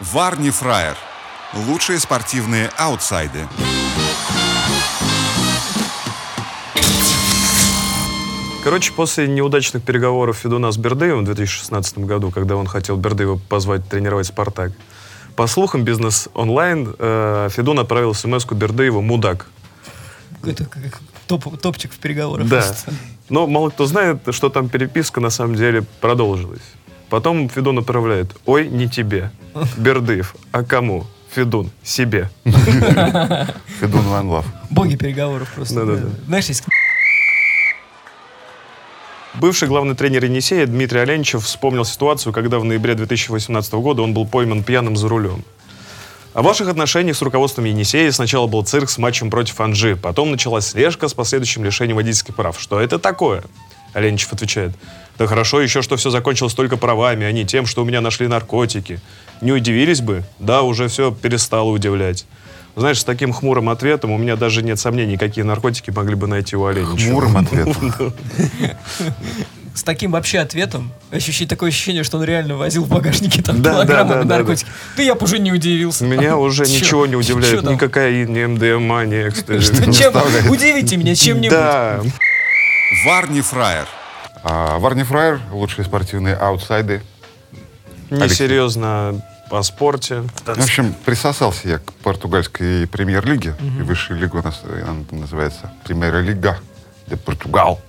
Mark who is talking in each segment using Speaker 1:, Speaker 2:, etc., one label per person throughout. Speaker 1: Варни Фраер. Лучшие спортивные аутсайды.
Speaker 2: Короче, после неудачных переговоров Федуна с Бердыевым в 2016 году, когда он хотел Бердыева позвать тренировать «Спартак», по слухам бизнес онлайн, э, Федун отправил смс Бердыеву «Мудак».
Speaker 3: Какой-то как- топ, топчик в переговорах.
Speaker 2: Да. Но мало кто знает, что там переписка на самом деле продолжилась. Потом Федун направляет «Ой, не тебе». Бердыев «А кому?» Федун «Себе».
Speaker 4: Федун Ван Лав.
Speaker 3: Боги переговоров просто.
Speaker 2: Да-да-да.
Speaker 3: Знаешь, есть
Speaker 2: Бывший главный тренер Енисея Дмитрий Оленичев вспомнил ситуацию, когда в ноябре 2018 года он был пойман пьяным за рулем. О ваших отношениях с руководством Енисея сначала был цирк с матчем против Анжи, потом началась слежка с последующим лишением водительских прав. Что это такое? Оленичев отвечает. Да хорошо еще, что все закончилось только правами, а не тем, что у меня нашли наркотики. Не удивились бы? Да, уже все перестало удивлять. Знаешь, с таким хмурым ответом у меня даже нет сомнений, какие наркотики могли бы найти у Оленичева.
Speaker 4: Муром ответ.
Speaker 3: с таким вообще ответом, ощущение, такое ощущение, что он реально возил в багажнике там
Speaker 2: Да, да,
Speaker 3: килограммы
Speaker 2: да, да,
Speaker 3: наркотики. Да я бы уже не удивился.
Speaker 2: Меня уже ничего
Speaker 3: Чё?
Speaker 2: не
Speaker 3: Чё
Speaker 2: удивляет.
Speaker 3: там?
Speaker 2: Ни кокаин, ни МДМА, ни экстази.
Speaker 3: Что, чем? Удивите меня чем-нибудь.
Speaker 2: Да.
Speaker 1: Варни Фраер.
Speaker 4: А, Варни Фраер, лучшие спортивные аутсайды.
Speaker 2: Несерьезно о спорте.
Speaker 4: В общем, присосался я к португальской премьер-лиге. И высшая лига у нас э, она там называется Премьер-лига де Португал.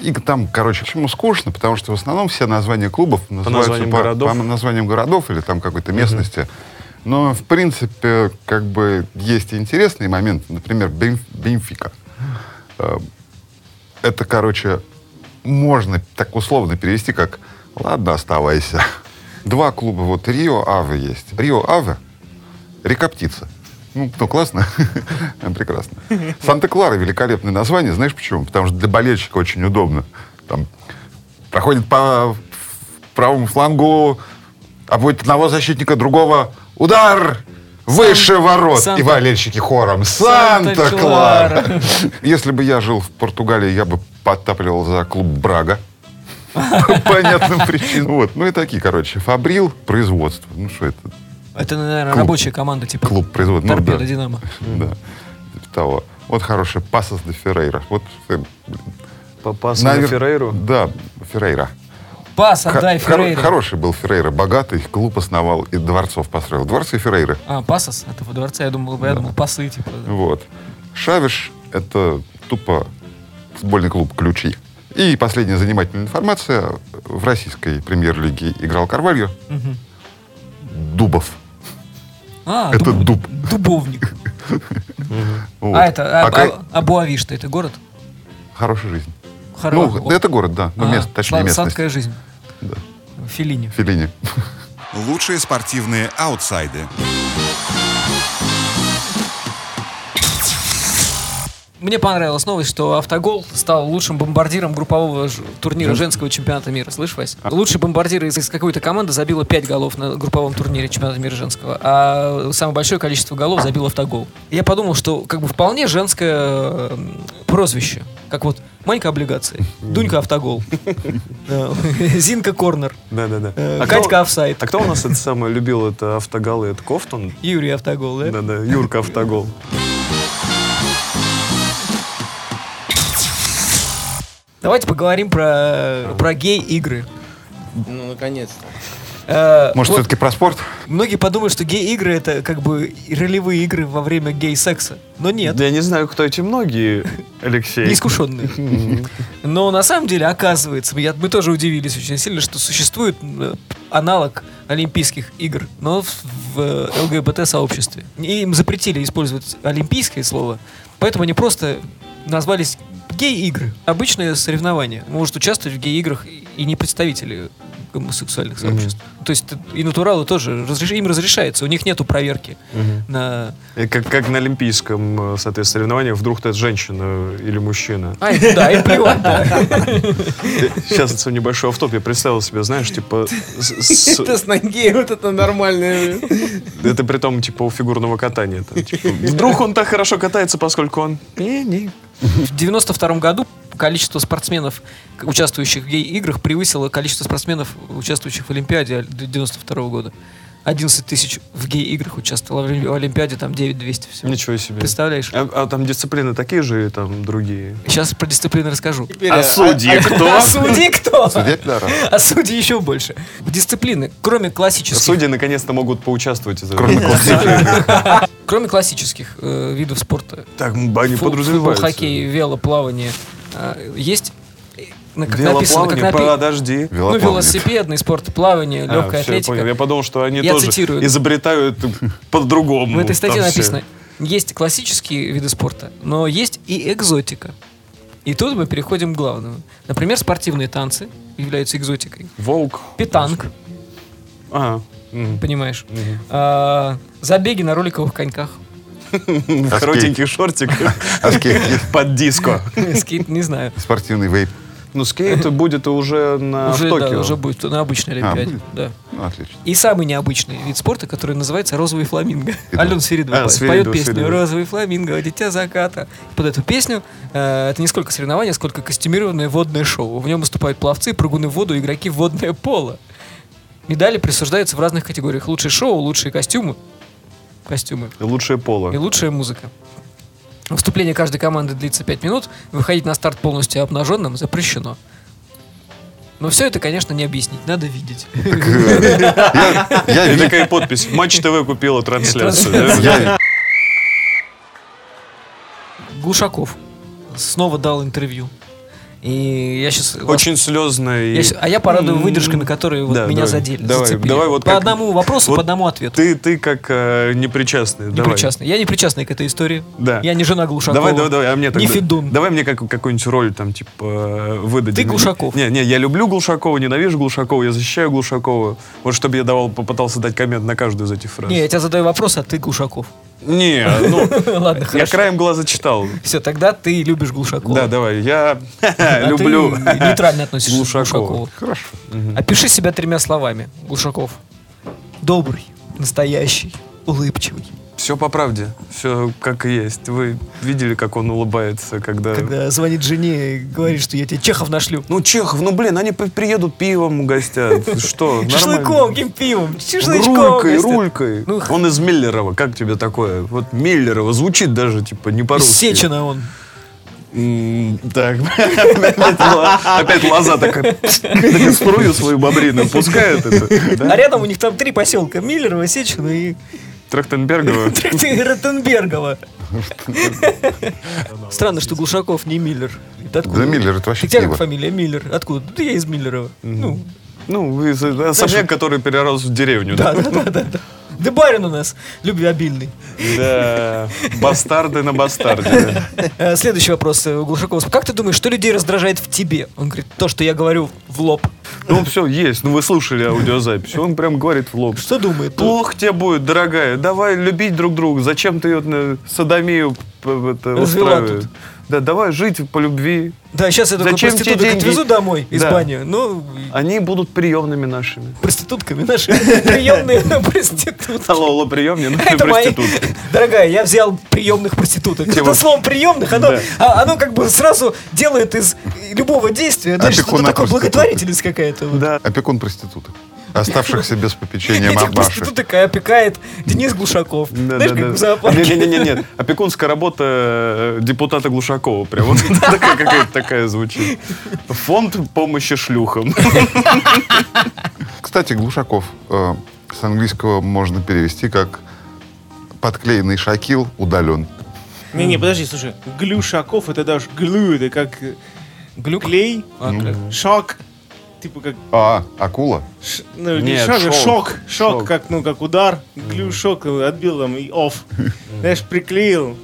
Speaker 4: И там, короче, почему скучно? Потому что в основном все названия клубов называются
Speaker 2: названиям городов.
Speaker 4: по названиям городов или там какой-то местности. Но, в принципе, как бы есть и интересные моменты. Например, Бен- Бенфика. Э, Это, короче, можно так условно перевести, как «Ладно, оставайся». Два клуба. Вот Рио Аве есть. Рио Аве — река птица. Ну, ну, классно. Прекрасно. Санта-Клара — великолепное название. Знаешь почему? Потому что для болельщика очень удобно. Там проходит по правому флангу, обводит одного защитника, другого. Удар! Выше ворот!
Speaker 3: Санта-
Speaker 4: И болельщики хором.
Speaker 3: Санта-Клара.
Speaker 4: Санта-Клара! Если бы я жил в Португалии, я бы подтапливал за клуб Брага. По понятным причинам. Вот. Ну и такие, короче. Фабрил, производство. Ну что это?
Speaker 3: Это, наверное,
Speaker 4: Клуб.
Speaker 3: рабочая команда, типа
Speaker 4: Клуб производит. ну
Speaker 3: торпеда
Speaker 4: да.
Speaker 3: Динамо.
Speaker 4: Да. Типа того. Вот хороший пасос до Феррейра. Вот э,
Speaker 2: Попас на
Speaker 4: навер-
Speaker 2: Феррейру.
Speaker 4: Да, Феррейра.
Speaker 3: Пас отдай
Speaker 4: Хо- хоро-
Speaker 3: Феррейра.
Speaker 4: Хороший был Феррейра, богатый, клуб основал и дворцов построил. Дворцы Феррейры.
Speaker 3: А, пасос этого дворца, я думал, я думал, пасы, типа.
Speaker 2: Ну,
Speaker 4: Вот. Шавиш — это тупо футбольный клуб «Ключи». И последняя занимательная информация. В российской премьер-лиге играл Карвальо. Дубов.
Speaker 3: А,
Speaker 4: Это дуб.
Speaker 3: Дубовник.
Speaker 4: Вот.
Speaker 3: А это, а,
Speaker 4: Пока-
Speaker 3: а- Абу-Авиш-то это город?
Speaker 4: Хорошая жизнь.
Speaker 3: Хоро-
Speaker 4: Ну, это город, да. Ну,
Speaker 3: А,
Speaker 4: место, точнее,
Speaker 3: сла-
Speaker 4: местность.
Speaker 3: Сладкая жизнь.
Speaker 4: Да.
Speaker 3: Филини.
Speaker 4: Феллини.
Speaker 1: Лучшие спортивные аутсайды.
Speaker 3: Мне понравилась новость, что Автогол стал лучшим бомбардиром группового ж- турнира женского чемпионата мира. Слышь, Вась? Лучший бомбардир из, из какой-то команды забила 5 голов на групповом турнире чемпионата мира женского, а самое большое количество голов забил Автогол. Я подумал, что как бы вполне женское э, м, прозвище. Как вот Манька облигации, Дунька Автогол, э, Зинка Корнер,
Speaker 2: Да-да-да.
Speaker 3: э,
Speaker 2: А
Speaker 3: Катька
Speaker 2: кто-
Speaker 3: Офсайд,
Speaker 2: А кто у нас это самое любил? Это автогалы? Это Кофтон?
Speaker 3: Юрий Автогол, да?
Speaker 2: Да-да, Юрка Автогол.
Speaker 3: Давайте поговорим про, про гей-игры.
Speaker 5: Ну, наконец-то.
Speaker 3: Э,
Speaker 4: Может,
Speaker 3: вот-
Speaker 4: все-таки про спорт?
Speaker 3: Многие подумают, что гей-игры это как бы ролевые игры во время гей-секса. Но нет,
Speaker 2: Да я не знаю, кто эти многие, Алексей.
Speaker 3: неискушенные. Но на самом деле, оказывается, я- мы тоже удивились очень сильно, что существует э, аналог Олимпийских игр, но в, э, ЛГБТ-сообществе. Им запретили использовать олимпийское слово, поэтому они просто назвались гей-игры. Обычное соревнование. Может участвовать в гей-играх и не представители гомосексуальных сообществ. То есть т- и натуралы тоже разреш- им разрешается, у них нету проверки на...
Speaker 2: И Как, как на олимпийском, э, соответственно, соревновании, вдруг ты женщина или мужчина.
Speaker 3: А, и- да, и плевать, да.
Speaker 2: Сейчас это небольшой автоп. Я представил себе, знаешь, типа... с- с-
Speaker 5: Это с ноги, вот это нормальное.
Speaker 2: Это при том, типа, у фигурного катания. там, типа, вдруг он так хорошо катается, поскольку он... Не-не.
Speaker 3: В 92 году количество спортсменов, к- участвующих в гей-играх, превысило количество спортсменов, участвующих в Олимпиаде 92 года. 11 тысяч в гей-играх участвовало, в Оли- в Олимпиаде там 9200 всего.
Speaker 2: Ничего себе.
Speaker 3: Представляешь?
Speaker 2: типа, А, а там дисциплины такие же и там другие?
Speaker 3: Сейчас про дисциплину расскажу.
Speaker 5: Теперь,
Speaker 2: А судьи кто?
Speaker 3: А судьи кто?
Speaker 4: Судья пидорас.
Speaker 3: А судьи еще больше. Дисциплины, кроме классических,
Speaker 2: А Судьи наконец-то могут поучаствовать. из-за
Speaker 4: Кроме
Speaker 2: этого.
Speaker 3: кроме классических э, видов спорта,
Speaker 2: Так, они
Speaker 3: фу- футбол,
Speaker 2: подразумеваются.
Speaker 3: хоккей, велоплавание, э, есть э, на- как написано, как
Speaker 2: Велоплавание,
Speaker 3: напи-
Speaker 2: подожди.
Speaker 3: Ну,
Speaker 4: Велоплавник.
Speaker 3: велосипедный спорт, плавание,
Speaker 2: А,
Speaker 3: легкая
Speaker 2: всё, я понял.
Speaker 3: атлетика.
Speaker 2: Я подумал, что они
Speaker 3: Я
Speaker 2: тоже
Speaker 3: цитирую.
Speaker 2: изобретают по-другому.
Speaker 3: В этой статье
Speaker 2: Там всё.
Speaker 3: написано, есть классические виды спорта, но есть и экзотика. И тут мы переходим к главному. Например, спортивные танцы являются экзотикой.
Speaker 2: Волк.
Speaker 3: Питанг,
Speaker 2: А, м,
Speaker 3: понимаешь.
Speaker 2: мгм.
Speaker 3: А, забеги на роликовых коньках.
Speaker 2: В коротеньких шортиках
Speaker 4: А скейт есть?
Speaker 2: под диско.
Speaker 3: Скейт, не знаю.
Speaker 4: А, Спортивный вейп.
Speaker 2: Ну, скейт будет уже на А, в
Speaker 3: Уже, да,
Speaker 2: Токио. А.
Speaker 3: уже будет на обычной Олимпиаде.
Speaker 4: будет?
Speaker 3: да.
Speaker 4: Ну, отлично.
Speaker 3: И самый необычный вид спорта, который называется «Розовый фламинго».
Speaker 4: Это-
Speaker 3: Алена Свиридова
Speaker 2: А,
Speaker 3: поет,
Speaker 2: Свиридова,
Speaker 3: поет песню
Speaker 2: Свиридова.
Speaker 3: «Розовый фламинго, дитя заката». Под эту песню э, это не сколько соревнования, сколько костюмированное водное шоу. В нем выступают пловцы, прыгуны в воду, игроки в водное поло. Медали присуждаются в разных категориях. Лучшее шоу, лучшие костюмы, костюмы
Speaker 2: Лучшее поло.
Speaker 3: и лучшая музыка. Выступление каждой команды длится 5 минут. Выходить на старт полностью обнаженным запрещено. Но все это, конечно, не объяснить. Надо видеть.
Speaker 4: Я
Speaker 2: И
Speaker 4: видел-
Speaker 2: такая подпись. Матч ТВ купила трансляцию. да?
Speaker 4: я-
Speaker 3: Глушаков снова дал интервью. И я сейчас...
Speaker 2: Очень слезно. и-
Speaker 3: а я порадую выдержками, которые вот
Speaker 2: Да,
Speaker 3: меня
Speaker 2: давай.
Speaker 3: задели,
Speaker 2: Давай,
Speaker 3: зацепили.
Speaker 2: давай вот
Speaker 3: по
Speaker 2: как-
Speaker 3: одному вопросу,
Speaker 2: вот
Speaker 3: по одному ответу.
Speaker 2: Ты, ты как э, непричастный. давай.
Speaker 3: непричастный. Я не причастный к этой истории.
Speaker 2: Да.
Speaker 3: Я не жена Глушакова.
Speaker 2: Давай, давай, давай, а мне тогда...
Speaker 3: Не Федун.
Speaker 2: Давай мне как, какую-нибудь роль там, типа, э, выдадим.
Speaker 3: Ты Глушаков.
Speaker 2: Не, не, я люблю Глушакова, ненавижу Глушакова, я защищаю Глушакова. Вот чтобы я давал, попытался дать коммент на каждую из этих фраз.
Speaker 3: Не, я тебе задаю вопрос, а ты Глушаков.
Speaker 2: Не, ну,
Speaker 3: Ладно,
Speaker 2: я
Speaker 3: хорошо.
Speaker 2: краем глаза читал.
Speaker 3: Все, тогда ты любишь Глушакова.
Speaker 2: Да, давай, я
Speaker 3: А ты
Speaker 2: люблю...
Speaker 3: нейтрально относишься
Speaker 2: Глушакова.
Speaker 3: к Глушакову.
Speaker 4: Хорошо.
Speaker 3: Опиши себя тремя словами, Глушаков. Добрый, настоящий, улыбчивый.
Speaker 2: Все по правде, все как и есть. Вы видели, как он улыбается, когда...
Speaker 3: Когда звонит жене и говорит, что я тебе Чехов нашлю.
Speaker 2: Ну, Чехов, ну, блин, они при- приедут пивом угостят. Что,
Speaker 3: Шашлыком,
Speaker 2: нормально.
Speaker 3: каким пивом, шашлычком.
Speaker 2: Рулькой,
Speaker 3: если-
Speaker 2: рулькой.
Speaker 3: Ну, х-
Speaker 2: он из Миллерова. Как тебе такое? Вот Миллерова звучит даже, типа, не
Speaker 3: Из
Speaker 2: по-русски.
Speaker 3: Сечина он.
Speaker 2: М, Так. Опять ла- Опять лоза такая. такая Струю свою бобрину пускает это.
Speaker 3: А
Speaker 2: да?
Speaker 3: рядом у них там три поселка. Миллерова, Сечина и
Speaker 2: Трахтенбергова.
Speaker 3: Ротенбергова. Странно, что Глушаков не Миллер. Да
Speaker 4: Да Миллер, это вообще
Speaker 3: У тебя как
Speaker 4: пиво.
Speaker 3: фамилия Миллер? Откуда? Да я из Миллерова. Ну,
Speaker 2: Ну, из- особняк, который перерос в деревню.
Speaker 3: да, да, да, да. да. Да барин у нас любвеобильный.
Speaker 2: Да. Бастарды на бастарде.
Speaker 3: Э, Следующий вопрос э, у Глушакова. Как ты думаешь, что людей раздражает в тебе? Он говорит, то, что я говорю в лоб.
Speaker 2: Ну, все, есть. Ну, вы слушали аудиозапись. Он прям говорит в лоб.
Speaker 3: Что думает?
Speaker 2: Плохо тебе будет, дорогая. Давай любить друг друга. Зачем ты ее садомию п- это,
Speaker 3: Развела
Speaker 2: устраиваешь?
Speaker 3: тут.
Speaker 2: Да, давай жить по любви.
Speaker 3: Да, сейчас я такой
Speaker 2: Зачем тебе
Speaker 3: проституток
Speaker 2: деньги?
Speaker 3: отвезу домой из
Speaker 2: Да.
Speaker 3: бани. Ну,
Speaker 2: Они будут приемными нашими.
Speaker 3: проститутками наши приемные проститутки.
Speaker 2: Алло, алло, ну, приемные наши
Speaker 3: Это мои...
Speaker 2: проститутки.
Speaker 3: Дорогая, я взял приемных проституток.
Speaker 2: Тема.
Speaker 3: Это слово приемных, оно,
Speaker 2: Да.
Speaker 3: а- оно как бы сразу делает из любого
Speaker 2: А
Speaker 3: действия. Дальше
Speaker 4: Опекуна
Speaker 3: что-то такое
Speaker 4: проституток.
Speaker 3: благотворительность какая-то. вот.
Speaker 2: Да.
Speaker 4: Опекун проституток. Оставшихся без попечения
Speaker 3: Этих
Speaker 4: мамаши.
Speaker 3: проституток а, опекает Денис Глушаков.
Speaker 2: Да,
Speaker 3: Знаешь,
Speaker 2: да,
Speaker 3: как
Speaker 2: да.
Speaker 3: в зоопарке.
Speaker 2: Не, не, не, нет. Опекунская работа э, депутата Глушакова. Прям вот такая какая-то такая звучит. Фонд помощи шлюхам.
Speaker 4: Кстати, Глушаков э, с английского можно перевести как подклеенный шакил удален.
Speaker 5: Не-не, подожди, слушай. Глюшаков, это даже глю, это как э,
Speaker 3: Глюк?
Speaker 5: клей,
Speaker 3: А,
Speaker 2: Ну.
Speaker 3: клюк.
Speaker 5: шок. Типа как...
Speaker 4: А, акула?
Speaker 5: ш- ну, не
Speaker 2: Нет,
Speaker 5: шаг, а
Speaker 2: шок.
Speaker 5: шок, шок,
Speaker 2: Шок.
Speaker 5: как, ну, как удар. Глюшок э, отбил там и оф. Знаешь, приклеил,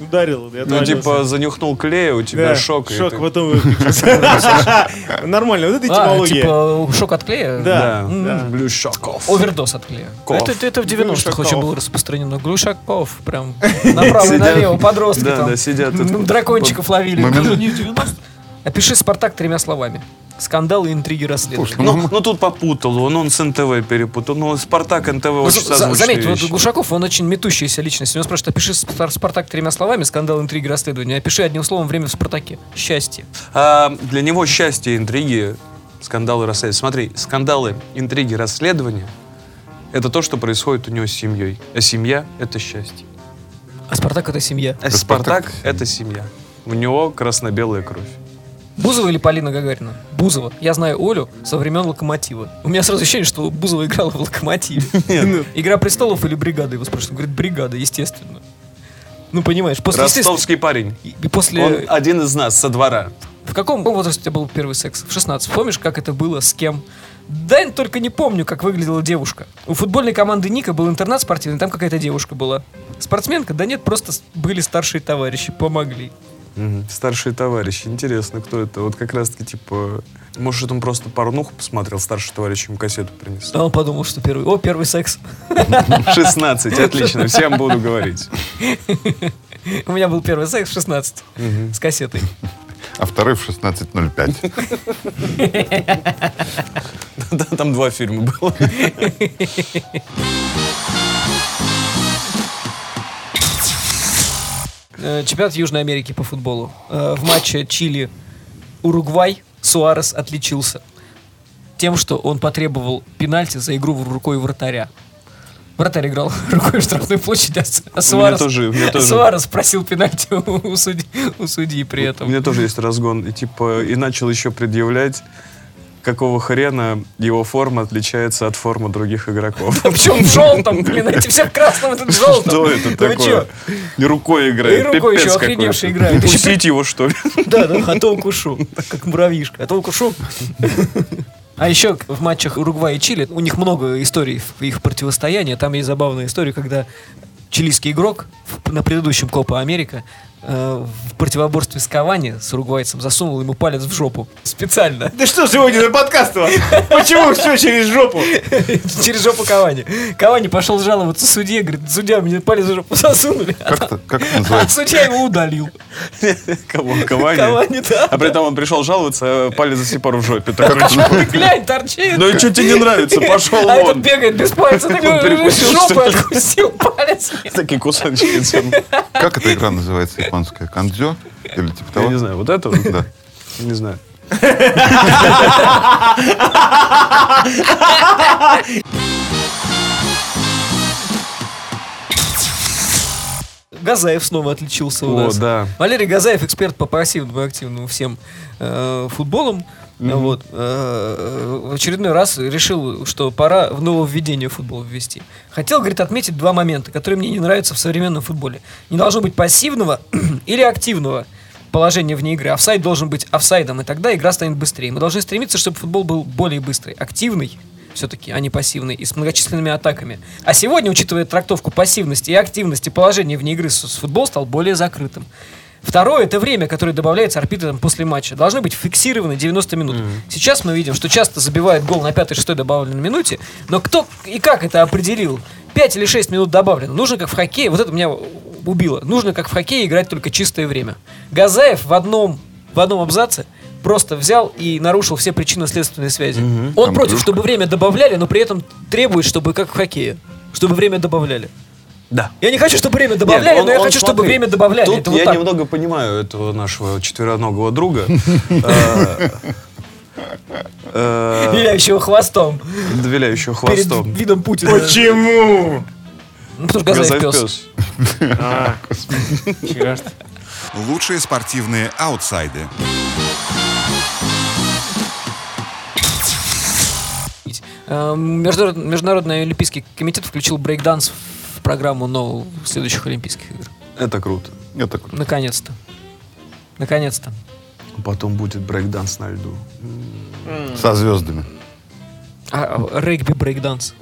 Speaker 5: ударил. и
Speaker 2: Ну,
Speaker 5: отвалился.
Speaker 2: типа, занюхнул клея, у тебя
Speaker 5: Да,
Speaker 2: шок. и
Speaker 5: Шок,
Speaker 2: ты-
Speaker 5: потом выключился. Нормально, вот это
Speaker 3: А,
Speaker 5: этимология.
Speaker 3: типа шок от клея?
Speaker 5: Да,
Speaker 2: Да.
Speaker 5: да.
Speaker 2: Глушаков.
Speaker 3: Овердос от клея.
Speaker 2: Ков.
Speaker 3: Это, это в 90-х
Speaker 5: Глушаков.
Speaker 3: очень было распространено. Глушаков прям направо и налево, подростки
Speaker 2: Да,
Speaker 3: там.
Speaker 2: да, сидят.
Speaker 3: М,
Speaker 2: тут.
Speaker 3: Дракончиков ловили.
Speaker 4: Момент-
Speaker 3: Не в 90-х. Опиши «Спартак» тремя словами. Скандалы, интриги,
Speaker 4: Слушай,
Speaker 3: расследования.
Speaker 4: ну,
Speaker 2: Ну, ну тут попутал он, он с НТВ перепутал. Ну, Спартак, НТВ очень
Speaker 3: За-
Speaker 2: созвучные
Speaker 3: заметь, вот
Speaker 2: вещи.
Speaker 3: Глушаков, он очень метущаяся личность. У него спрашивают, опиши «Спар- «Спартак» тремя словами, скандал, интриги, расследования. Опиши одним словом время в «Спартаке». Счастье.
Speaker 2: А, для него счастье, интриги, скандалы, расследования. Смотри, скандалы, интриги, расследования это то, что происходит у него с семьей. А семья — это счастье.
Speaker 3: А Спартак это семья.
Speaker 2: А
Speaker 4: Спартак
Speaker 2: Спартак — это семья. У него красно-белая кровь.
Speaker 3: Бузова или Полина Гагарина? Бузова. Я знаю Олю со времен Локомотива. У меня сразу ощущение, что Бузова играла в Локомотиве. Ну, Игра престолов или бригада? Его спрашивают. Он Говорит, бригада, естественно. Ну, понимаешь, после... естественно-
Speaker 2: Ростовский парень.
Speaker 3: и- и после...
Speaker 2: Он а один из нас, со двора.
Speaker 3: В каком возрасте у тебя был первый секс? В 16. Помнишь, как это было, с кем? Да, я только не помню, как выглядела девушка. У футбольной команды Ника был интернат спортивный, там какая-то девушка была. Спортсменка? Да нет, просто с- были старшие товарищи, помогли.
Speaker 2: Мгм. Старшие товарищи. Интересно, кто это? Вот как раз-таки, типа... Может, он просто порнуху посмотрел, старший товарищ ему кассету принес.
Speaker 3: А он подумал, что первый... О, первый секс.
Speaker 2: 16, отлично, всем буду говорить.
Speaker 3: У меня был первый секс в 16
Speaker 2: Мгм.
Speaker 3: с кассетой.
Speaker 4: А второй в 16.05.
Speaker 2: Да, там два фильма было.
Speaker 3: Э, Чемпионат Южной Америки по футболу. Э, В матче Чили Уругвай Суарес отличился тем, что он потребовал пенальти за игру в- рукой вратаря. Вратарь играл рукой в штрафной площади, а С- а Суарес,
Speaker 2: тоже- у меня тоже.
Speaker 3: Суарес просил пенальти у, у судь- у судьи при
Speaker 2: У
Speaker 3: этом.
Speaker 2: меня тоже есть разгон. И типа, и начал еще предъявлять, какого хрена его форма отличается от формы других игроков.
Speaker 3: Да Причем в желтом, блин, эти все в красном, этот в желтом.
Speaker 2: Что это
Speaker 3: Ну вы
Speaker 2: такое?
Speaker 3: чё?
Speaker 2: И рукой играет.
Speaker 3: И рукой
Speaker 2: пипец
Speaker 3: еще
Speaker 2: какой-то.
Speaker 3: охреневший играет.
Speaker 2: Пустите его, что ли?
Speaker 3: Да, да, а то укушу. Как муравьишка, а то укушу. А еще к- в матчах Уругвай и Чили, у них много историй в- их противостояния. Там есть забавная история, когда чилийский игрок в- на предыдущем Копа Америка э, в противоборстве с Кавани, с уругвайцем, засунул ему палец в жопу. Специально.
Speaker 5: Да что сегодня за подкаст у вас? Почему все через жопу?
Speaker 3: Через жопу Кавани. Кавани пошел жаловаться судье, говорит, судья, мне палец в жопу засунули.
Speaker 4: Как это, как это
Speaker 3: А
Speaker 4: называется?
Speaker 3: судья его удалил.
Speaker 2: Кого? Кавани?
Speaker 3: Кавани, да.
Speaker 2: А при этом он пришел жаловаться, а палец до сих пор в жопе. Такой,
Speaker 3: А ты глянь, торчит.
Speaker 2: Ну и что тебе не нравится? Пошел
Speaker 3: А этот
Speaker 2: вон.
Speaker 3: бегает без пальца,
Speaker 2: Он
Speaker 3: такой
Speaker 2: перекусил,
Speaker 3: жопой
Speaker 2: что ли?
Speaker 3: откусил палец.
Speaker 2: Такие типа. кусачки. Я
Speaker 4: Как эта игра называется японская? Кандзё? Или типа того?
Speaker 2: не знаю, вот это? вот?
Speaker 4: Да.
Speaker 2: Не знаю.
Speaker 3: Газаев снова отличился у
Speaker 2: О,
Speaker 3: нас.
Speaker 2: да.
Speaker 3: Валерий Газаев, эксперт по пассивному и активному всем э, футболам. Вот, э, в очередной раз решил, что пора в нововведение футбола ввести. Хотел, говорит, отметить два момента, которые мне не нравятся в современном футболе. Не должно быть пассивного или активного положения вне игры. Офсайд должен быть офсайдом, и тогда игра станет быстрее. Мы должны стремиться, чтобы футбол был более быстрый, активный все-таки, а не пассивный, и с многочисленными атаками. А сегодня, учитывая трактовку пассивности и активности, положение вне игры с, с футбол стал более закрытым. Второе – это время, которое добавляется арбитром после матча. Должны быть фиксированы 90 минут. Сейчас мы видим, что часто забивает гол на 5-6 добавленной минуте, но кто и как это определил? 5 или 6 минут добавлено. Нужно, как в хоккее, вот это меня убило, нужно, как в хоккее, играть только чистое время. Газаев в одном, в одном абзаце просто взял и нарушил все причинно-следственные связи. Он
Speaker 4: Там
Speaker 3: против,
Speaker 4: плюшка.
Speaker 3: чтобы время добавляли, но при этом требует, чтобы как в хоккее, чтобы время добавляли.
Speaker 2: Да.
Speaker 3: Я не хочу, чтобы время добавляли,
Speaker 2: Нет, он-
Speaker 3: но я
Speaker 2: он,
Speaker 3: хочу, чтобы
Speaker 2: смотри,
Speaker 3: время добавляли.
Speaker 2: Тут
Speaker 3: Это вот
Speaker 2: я
Speaker 3: так.
Speaker 2: немного понимаю этого нашего четвероногого друга. Э, э,
Speaker 3: Виляющего хвостом.
Speaker 2: Виляющего хвостом.
Speaker 3: Перед видом Путина.
Speaker 5: Почему?
Speaker 3: Ну, потому что Газаев
Speaker 2: Газаев
Speaker 3: пес.
Speaker 2: пес.
Speaker 5: Черт.
Speaker 1: Лучшие спортивные аутсайды.
Speaker 3: Э, Международ- Международный олимпийский комитет включил брейкданс в программу новых следующих олимпийских игр.
Speaker 2: Это круто.
Speaker 4: Это круто.
Speaker 3: Наконец-то. Наконец-то.
Speaker 2: А Потом будет брейкданс на льду.
Speaker 4: Со звездами.
Speaker 3: А, а, регби брейкданс.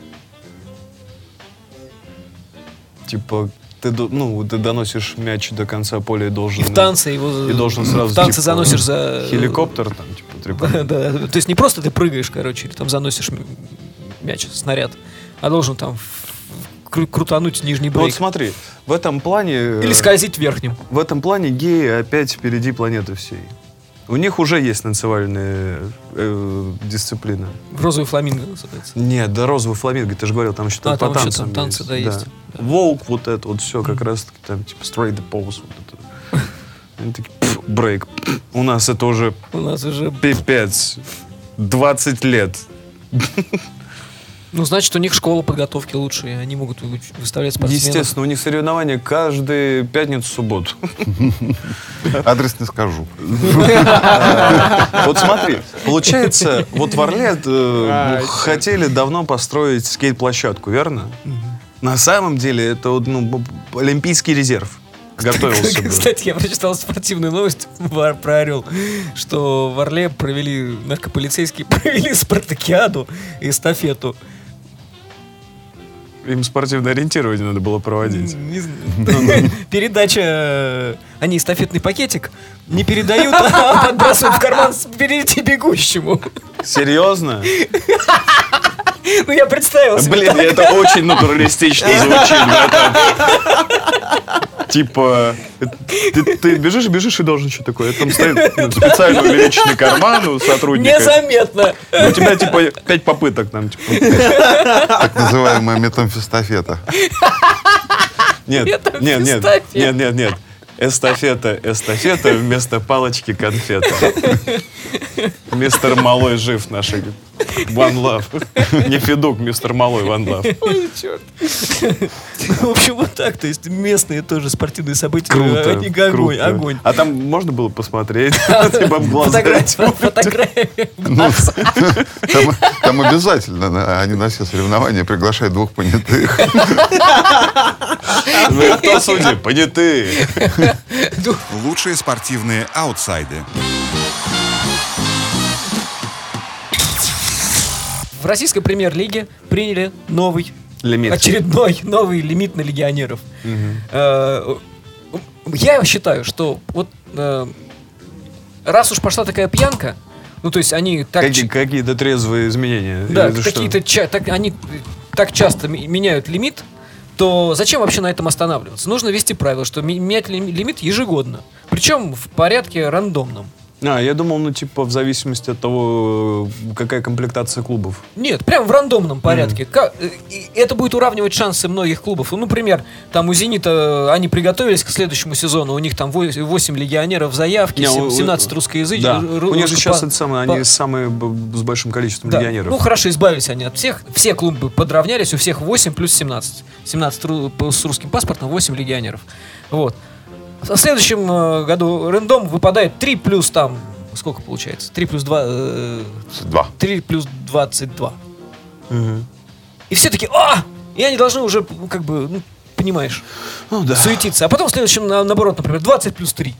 Speaker 2: Типа, ты, до- ну, ты доносишь мяч до конца поля и должен...
Speaker 3: И в танце его...
Speaker 2: Ну, И должен сразу...
Speaker 3: В танце
Speaker 2: типа,
Speaker 3: заносишь за...
Speaker 2: Хеликоптер там, типа,
Speaker 3: Да,
Speaker 2: трепанет.
Speaker 3: да, да. То есть не просто ты прыгаешь, короче, или там заносишь м- мяч, снаряд, а должен там в- кру- крутануть нижний
Speaker 2: Ну вот
Speaker 3: брейк.
Speaker 2: смотри, в этом плане... э,
Speaker 3: Или скользить верхним.
Speaker 2: В этом плане геи опять впереди планеты всей. У них уже есть танцевальная э, дисциплина.
Speaker 3: В розовый фламинго называется.
Speaker 2: Нет, да розовый фламинго, ты же говорил, там еще по
Speaker 3: А, там еще
Speaker 2: танцам
Speaker 3: там танцы, да, есть. Да.
Speaker 2: Волк вот это вот все, как раз таки там типа straight the pose. Вот это. Они такие, «Пф, брейк. пф». У нас это уже
Speaker 3: У нас уже...
Speaker 2: пипец. 20 лет.
Speaker 3: Ну, значит, у них школа подготовки лучше, и они могут вы- выставлять спортсменов.
Speaker 2: Естественно, у них соревнования каждую пятницу, субботу.
Speaker 4: Адрес не скажу.
Speaker 2: Вот смотри, получается, вот в Орле э,
Speaker 5: А,
Speaker 2: ну, хотели давно построить скейт-площадку, верно? На самом деле это вот, ну, б- б- Олимпийский резерв готовился. бы.
Speaker 3: Кстати, я прочитал спортивную новость в Ор- про Орел, что в Орле провели, наркополицейские провели спартакиаду и эстафету.
Speaker 2: Им спортивное ориентирование надо было проводить.
Speaker 3: Не знаю. Передача... э, Они эстафетный пакетик не передают, а подбрасывают в карман перейти бегущему.
Speaker 2: Серьезно?
Speaker 3: Ну, я представил себе.
Speaker 2: Блин, это очень натуралистично звучит, братан. Типа, ты, ты бежишь, бежишь и должен что такое. Там стоит ну, специально увеличенный карман у сотрудника.
Speaker 3: Незаметно.
Speaker 2: Ну, У тебя, типа, пять попыток там, типа.
Speaker 4: Так называемая метамфестафета.
Speaker 2: Нет,
Speaker 3: Это
Speaker 2: нет, нет,
Speaker 3: эстафета.
Speaker 2: нет, нет, нет. Эстафета, эстафета вместо палочки конфета. Мистер Малой жив наш. One love. Не Федук, мистер Малой, one love.
Speaker 3: Ой, черт. В общем, вот так. То есть местные тоже спортивные события.
Speaker 2: Круто,
Speaker 3: Они огонь,
Speaker 2: круто.
Speaker 3: огонь.
Speaker 2: А там можно было посмотреть? Типа глаза
Speaker 3: Фотография, фотография.
Speaker 2: Ну,
Speaker 4: Там, там обязательно на- они на все соревнования приглашают двух понятых.
Speaker 2: Ну, Кто судьи? Понятые.
Speaker 1: Лучшие спортивные аутсайды.
Speaker 3: В российской премьер-лиге приняли новый,
Speaker 2: Лимит.
Speaker 3: очередной новый лимит на легионеров. Э, Я считаю, что вот э, раз уж пошла такая пьянка, ну то есть они так
Speaker 2: Какие- Какие-то трезвые изменения.
Speaker 3: Да,
Speaker 2: Или что?
Speaker 3: какие-то ча- так, они так часто ми- меняют лимит, то зачем вообще на этом останавливаться? Нужно вести правило, что ми- менять ли- лимит ежегодно. Причем в порядке рандомном.
Speaker 2: А, я думал, ну, типа, в зависимости от того, какая комплектация клубов.
Speaker 3: Нет, прям в рандомном порядке. Ка- э, и Это будет уравнивать шансы многих клубов. Ну, например, там у «Зенита» э, они приготовились к следующему сезону, у них там 8 легионеров в заявке,
Speaker 2: Не, у-
Speaker 3: сем- 17
Speaker 2: у-
Speaker 3: русскоязычных.
Speaker 2: Да. У них же сейчас это самое, они самые б- с большим количеством
Speaker 3: Да.
Speaker 2: легионеров.
Speaker 3: Ну хорошо, избавились они от всех. Все клубы подравнялись, у всех 8 плюс 17. 17 ру- по- с русским паспортом, 8 легионеров. Вот. В следующем э, году рандом выпадает 3 плюс там... Сколько получается? 3 плюс 2... э,
Speaker 4: Два.
Speaker 3: 3 плюс 22. И все такие, а! И они должны уже, ну, как бы, ну, понимаешь,
Speaker 2: Ну, да.
Speaker 3: суетиться. А потом в следующем, на- наоборот, например, 20 плюс 3.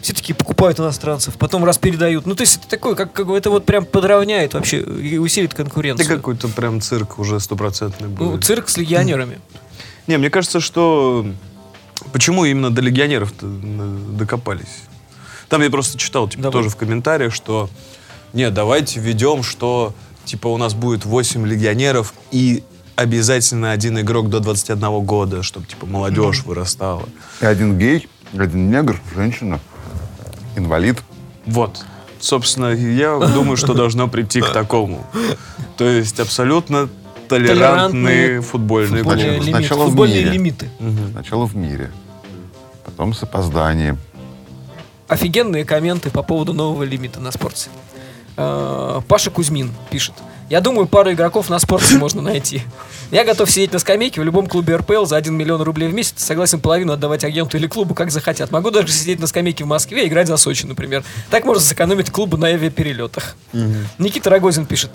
Speaker 3: Все такие покупают иностранцев, потом раз передают. Ну, то есть это такое, как, как бы это вот прям подравняет вообще и усилит
Speaker 2: Это
Speaker 3: конкуренцию.
Speaker 2: какой-то прям цирк уже стопроцентный будет.
Speaker 3: Ну, цирк с легионерами.
Speaker 2: Не, мне кажется, что... Почему именно до легионеров докопались? Там я просто читал, типа,
Speaker 3: Давай.
Speaker 2: тоже в комментариях, что... Не, давайте введем, что, типа, у нас будет 8 легионеров и обязательно один игрок до 21 года, чтобы, типа, молодежь вырастала.
Speaker 4: И Один гей, один негр, женщина, инвалид.
Speaker 2: Вот. Собственно, я думаю, что должно прийти к такому. То есть абсолютно толерантные
Speaker 3: Толерантные
Speaker 2: футбольные
Speaker 4: футбольные
Speaker 2: клубы.
Speaker 4: лиги. сначала в
Speaker 3: футбольные
Speaker 4: мире.
Speaker 3: лимиты.
Speaker 4: Сначала в мире, потом с опозданием.
Speaker 3: Офигенные комменты по поводу нового лимита на спорте. Э, Паша Кузьмин пишет. Я думаю, пару игроков на спорте можно найти. Я готов сидеть на скамейке в любом клубе РПЛ за 1 миллион рублей в месяц. Согласен половину отдавать агенту или клубу, как захотят. Могу даже сидеть на скамейке в Москве и играть за Сочи, например. Так можно сэкономить клубу на авиаперелетах. Никита Рогозин пишет.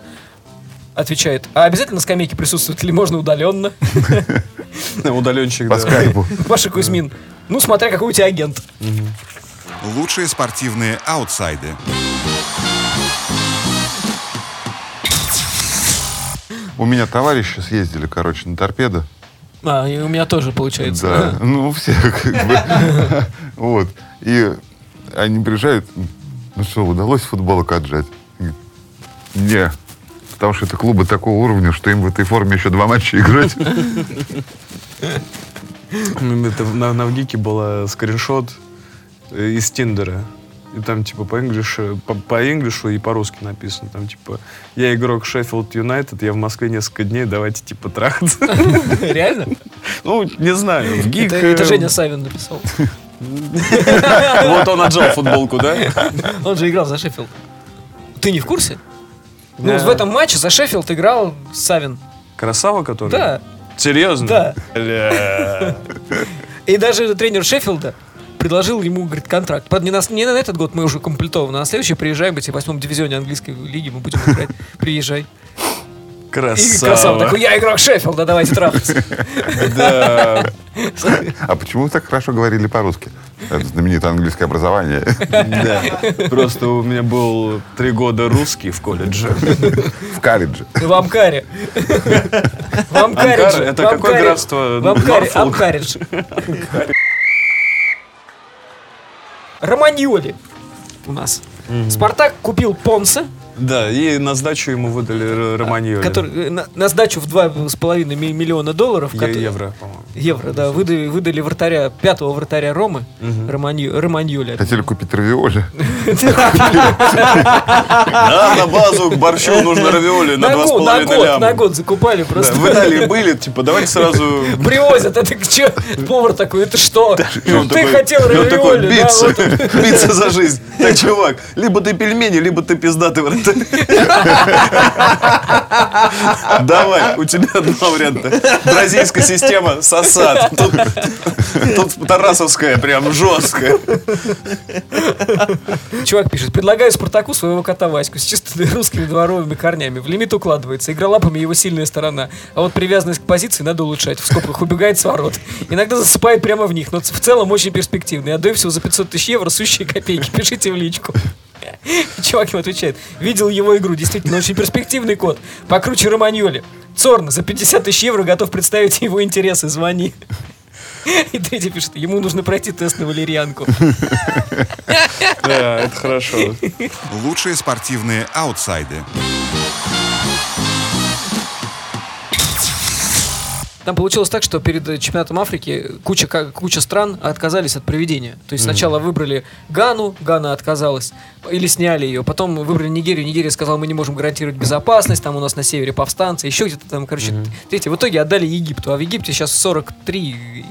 Speaker 3: Отвечает. А обязательно на скамейке присутствовать или можно удаленно? Ну,
Speaker 2: Удаленщик,
Speaker 4: По
Speaker 2: да.
Speaker 4: скайпу.
Speaker 3: Паша Кузьмин. Ну, смотря какой у тебя агент.
Speaker 1: Лучшие спортивные аутсайды.
Speaker 4: У меня товарищи съездили, короче, на торпедо.
Speaker 3: А, и у меня тоже получается.
Speaker 4: Да, ну, все как бы. Вот. И они приезжают, ну что, удалось футболок отжать? И- Не, потому что это клубы такого уровня, что им в этой форме еще два матча играть.
Speaker 2: Ну, Это на, на Вгике был скриншот э, из Тиндера. И там типа по инглишу, по, по инглишу и по-русски написано. Там типа я игрок Шеффилд Юнайтед, я в Москве несколько дней, давайте типа трахаться.
Speaker 3: Реально?
Speaker 2: Ну, не знаю, в
Speaker 3: Это, это Женя Савин написал.
Speaker 2: Вот он отжал футболку, да?
Speaker 3: Он же играл за Шеффилд. Ты не в курсе? Ну,
Speaker 2: Да.
Speaker 3: в этом матче за Шеффилд играл Савин.
Speaker 2: Красава, который?
Speaker 3: Да,
Speaker 2: Серьезно?
Speaker 3: да.
Speaker 2: Бля.
Speaker 3: И даже тренер Шеффилда предложил ему, говорит, контракт. Правда, не на, не на этот год мы уже комплектованы, а на следующий приезжаем, мы тебе в восьмом дивизионе английской лиги мы будем играть. Приезжай. И Красава
Speaker 2: э, Красава.
Speaker 3: такой, я игрок Шеффилда, давайте трахаться.
Speaker 2: Да.
Speaker 4: А почему вы так хорошо говорили по-русски? Это знаменитое английское образование.
Speaker 2: Да. Просто у меня был три года русский в колледже.
Speaker 4: В колледже.
Speaker 3: В Амкаре. В Амкаре.
Speaker 2: Анкара? Это
Speaker 3: в
Speaker 2: какое
Speaker 3: Амкаре.
Speaker 2: графство?
Speaker 3: В Амкаре.
Speaker 2: Норфолк?
Speaker 3: Амкаридж. Романьоли у нас. Спартак купил Понса,
Speaker 2: Да, и на сдачу ему выдали Романьоли.
Speaker 3: который э, на, на сдачу в 2,5 ми- миллиона долларов.
Speaker 2: Е-
Speaker 3: который-
Speaker 2: Евро, по-моему.
Speaker 3: Евро, да. Выдали, выдали вратаря, пятого вратаря Ромы, Романью- Романьоли.
Speaker 4: Хотели купить равиоли.
Speaker 2: Да, на базу к борщу нужно равиоли на два с
Speaker 3: год, А. на
Speaker 2: половиной
Speaker 3: год,
Speaker 2: ляма.
Speaker 3: на год закупали просто.
Speaker 2: В Италии были, типа, давайте сразу...
Speaker 3: Привозят, это к чё? Повар такой, это что?
Speaker 2: И он
Speaker 3: Ты
Speaker 2: такой-
Speaker 3: хотел
Speaker 2: и он такой,
Speaker 3: равиоли, да,
Speaker 2: биться,
Speaker 3: вот он.
Speaker 2: биться за жизнь. Так, чувак, либо ты пельмени, либо ты пиздатый вратарь. Давай, у тебя два варианта. Бразильская система сосад. Тут, тут Тарасовская прям жесткая.
Speaker 3: Чувак пишет, предлагаю Спартаку своего кота Ваську с чистыми русскими дворовыми корнями. В лимит укладывается, игра лапами его сильная сторона. А вот привязанность к позиции надо улучшать. В скобках убегает с ворот. Иногда засыпает прямо в них, но ц- в целом очень перспективный. Отдаю всего за 500 тысяч евро, сущие копейки. Пишите в личку. И Чувак ему отвечает, видел его игру, действительно очень перспективный кот. Покруче Романьоли. Цорн, за 50 тысяч евро готов представить его интересы, звони. И третий пишет, ему нужно пройти тест на валерьянку.
Speaker 2: Ну Да, это хорошо.
Speaker 1: Лучшие спортивные аутсайды.
Speaker 3: Там получилось так, что перед э, чемпионатом Африки куча, ка- куча стран отказались от проведения. То есть сначала выбрали Гану, Гана отказалась, или сняли ее. Потом выбрали Нигерию, Нигерия сказала, мы не можем гарантировать безопасность, там у нас на севере повстанцы, еще где-то там, короче, третье. В итоге отдали Египту, а в Египте сейчас 43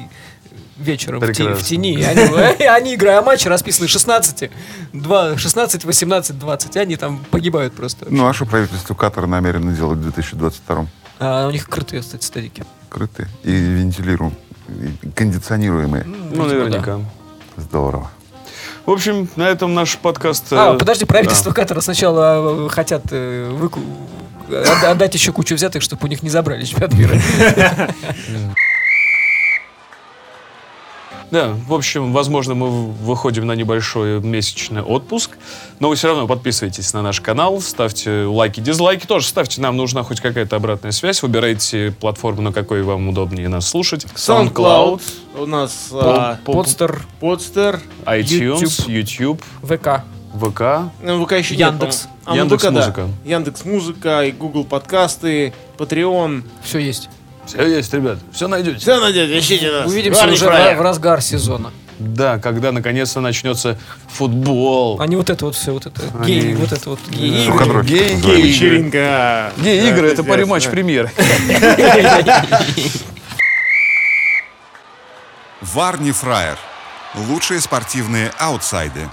Speaker 3: вечера э, в, те- в
Speaker 2: Прекрасно.
Speaker 3: тени. И Они, э, и они, играя матч, расписаны 16, два- 16, 18, 20. Они там погибают просто.
Speaker 4: Ну, а что правительство Катара намерено делать в 2022
Speaker 3: А у них крытые, кстати, стадики.
Speaker 4: Крытые и вентилируемые, и кондиционируемые.
Speaker 2: Ну, наверняка.
Speaker 4: Здорово.
Speaker 2: В общем, на этом наш подкаст... э,
Speaker 3: А, подожди, правительство Катара сначала э, хотят э, выку- отда- отдать еще кучу взятых, чтобы у них не забрали чемпионат мира.
Speaker 2: Да, в общем, возможно, мы в- выходим на небольшой месячный отпуск, но вы все равно подписывайтесь на наш канал, ставьте лайки, дизлайки тоже ставьте. Нам нужна хоть какая-то обратная связь. Выбирайте платформу, на какой вам удобнее нас слушать.
Speaker 5: SoundCloud. У нас а,
Speaker 2: Пол-
Speaker 3: Подстер,
Speaker 5: Podster.
Speaker 2: iTunes, YouTube,
Speaker 3: ВК.
Speaker 2: ВК.
Speaker 5: Ну, ВК еще
Speaker 3: Яндекс.
Speaker 5: Нет, по-моему. А,
Speaker 2: Яндекс
Speaker 5: ВК, да.
Speaker 2: Музыка.
Speaker 5: Яндекс Музыка, и Google подкасты, Patreon.
Speaker 3: Все есть.
Speaker 2: Все есть, ребят, все найдете.
Speaker 5: Все, Надя, ищите нас.
Speaker 3: Увидимся
Speaker 5: Парни,
Speaker 3: уже
Speaker 5: проект.
Speaker 3: в в разгар сезона.
Speaker 2: Да, когда наконец-то начнется футбол.
Speaker 3: А не вот это вот все, вот это.
Speaker 2: Они-
Speaker 3: Гей, вот это вот. гей.
Speaker 4: Суходрочек
Speaker 2: Гей-
Speaker 4: называем.
Speaker 2: гей-
Speaker 5: Вечеринка.
Speaker 2: Где игры? Это
Speaker 5: пари
Speaker 2: пари-матч премьер.
Speaker 1: Варни Фраер. Лучшие спортивные аутсайды.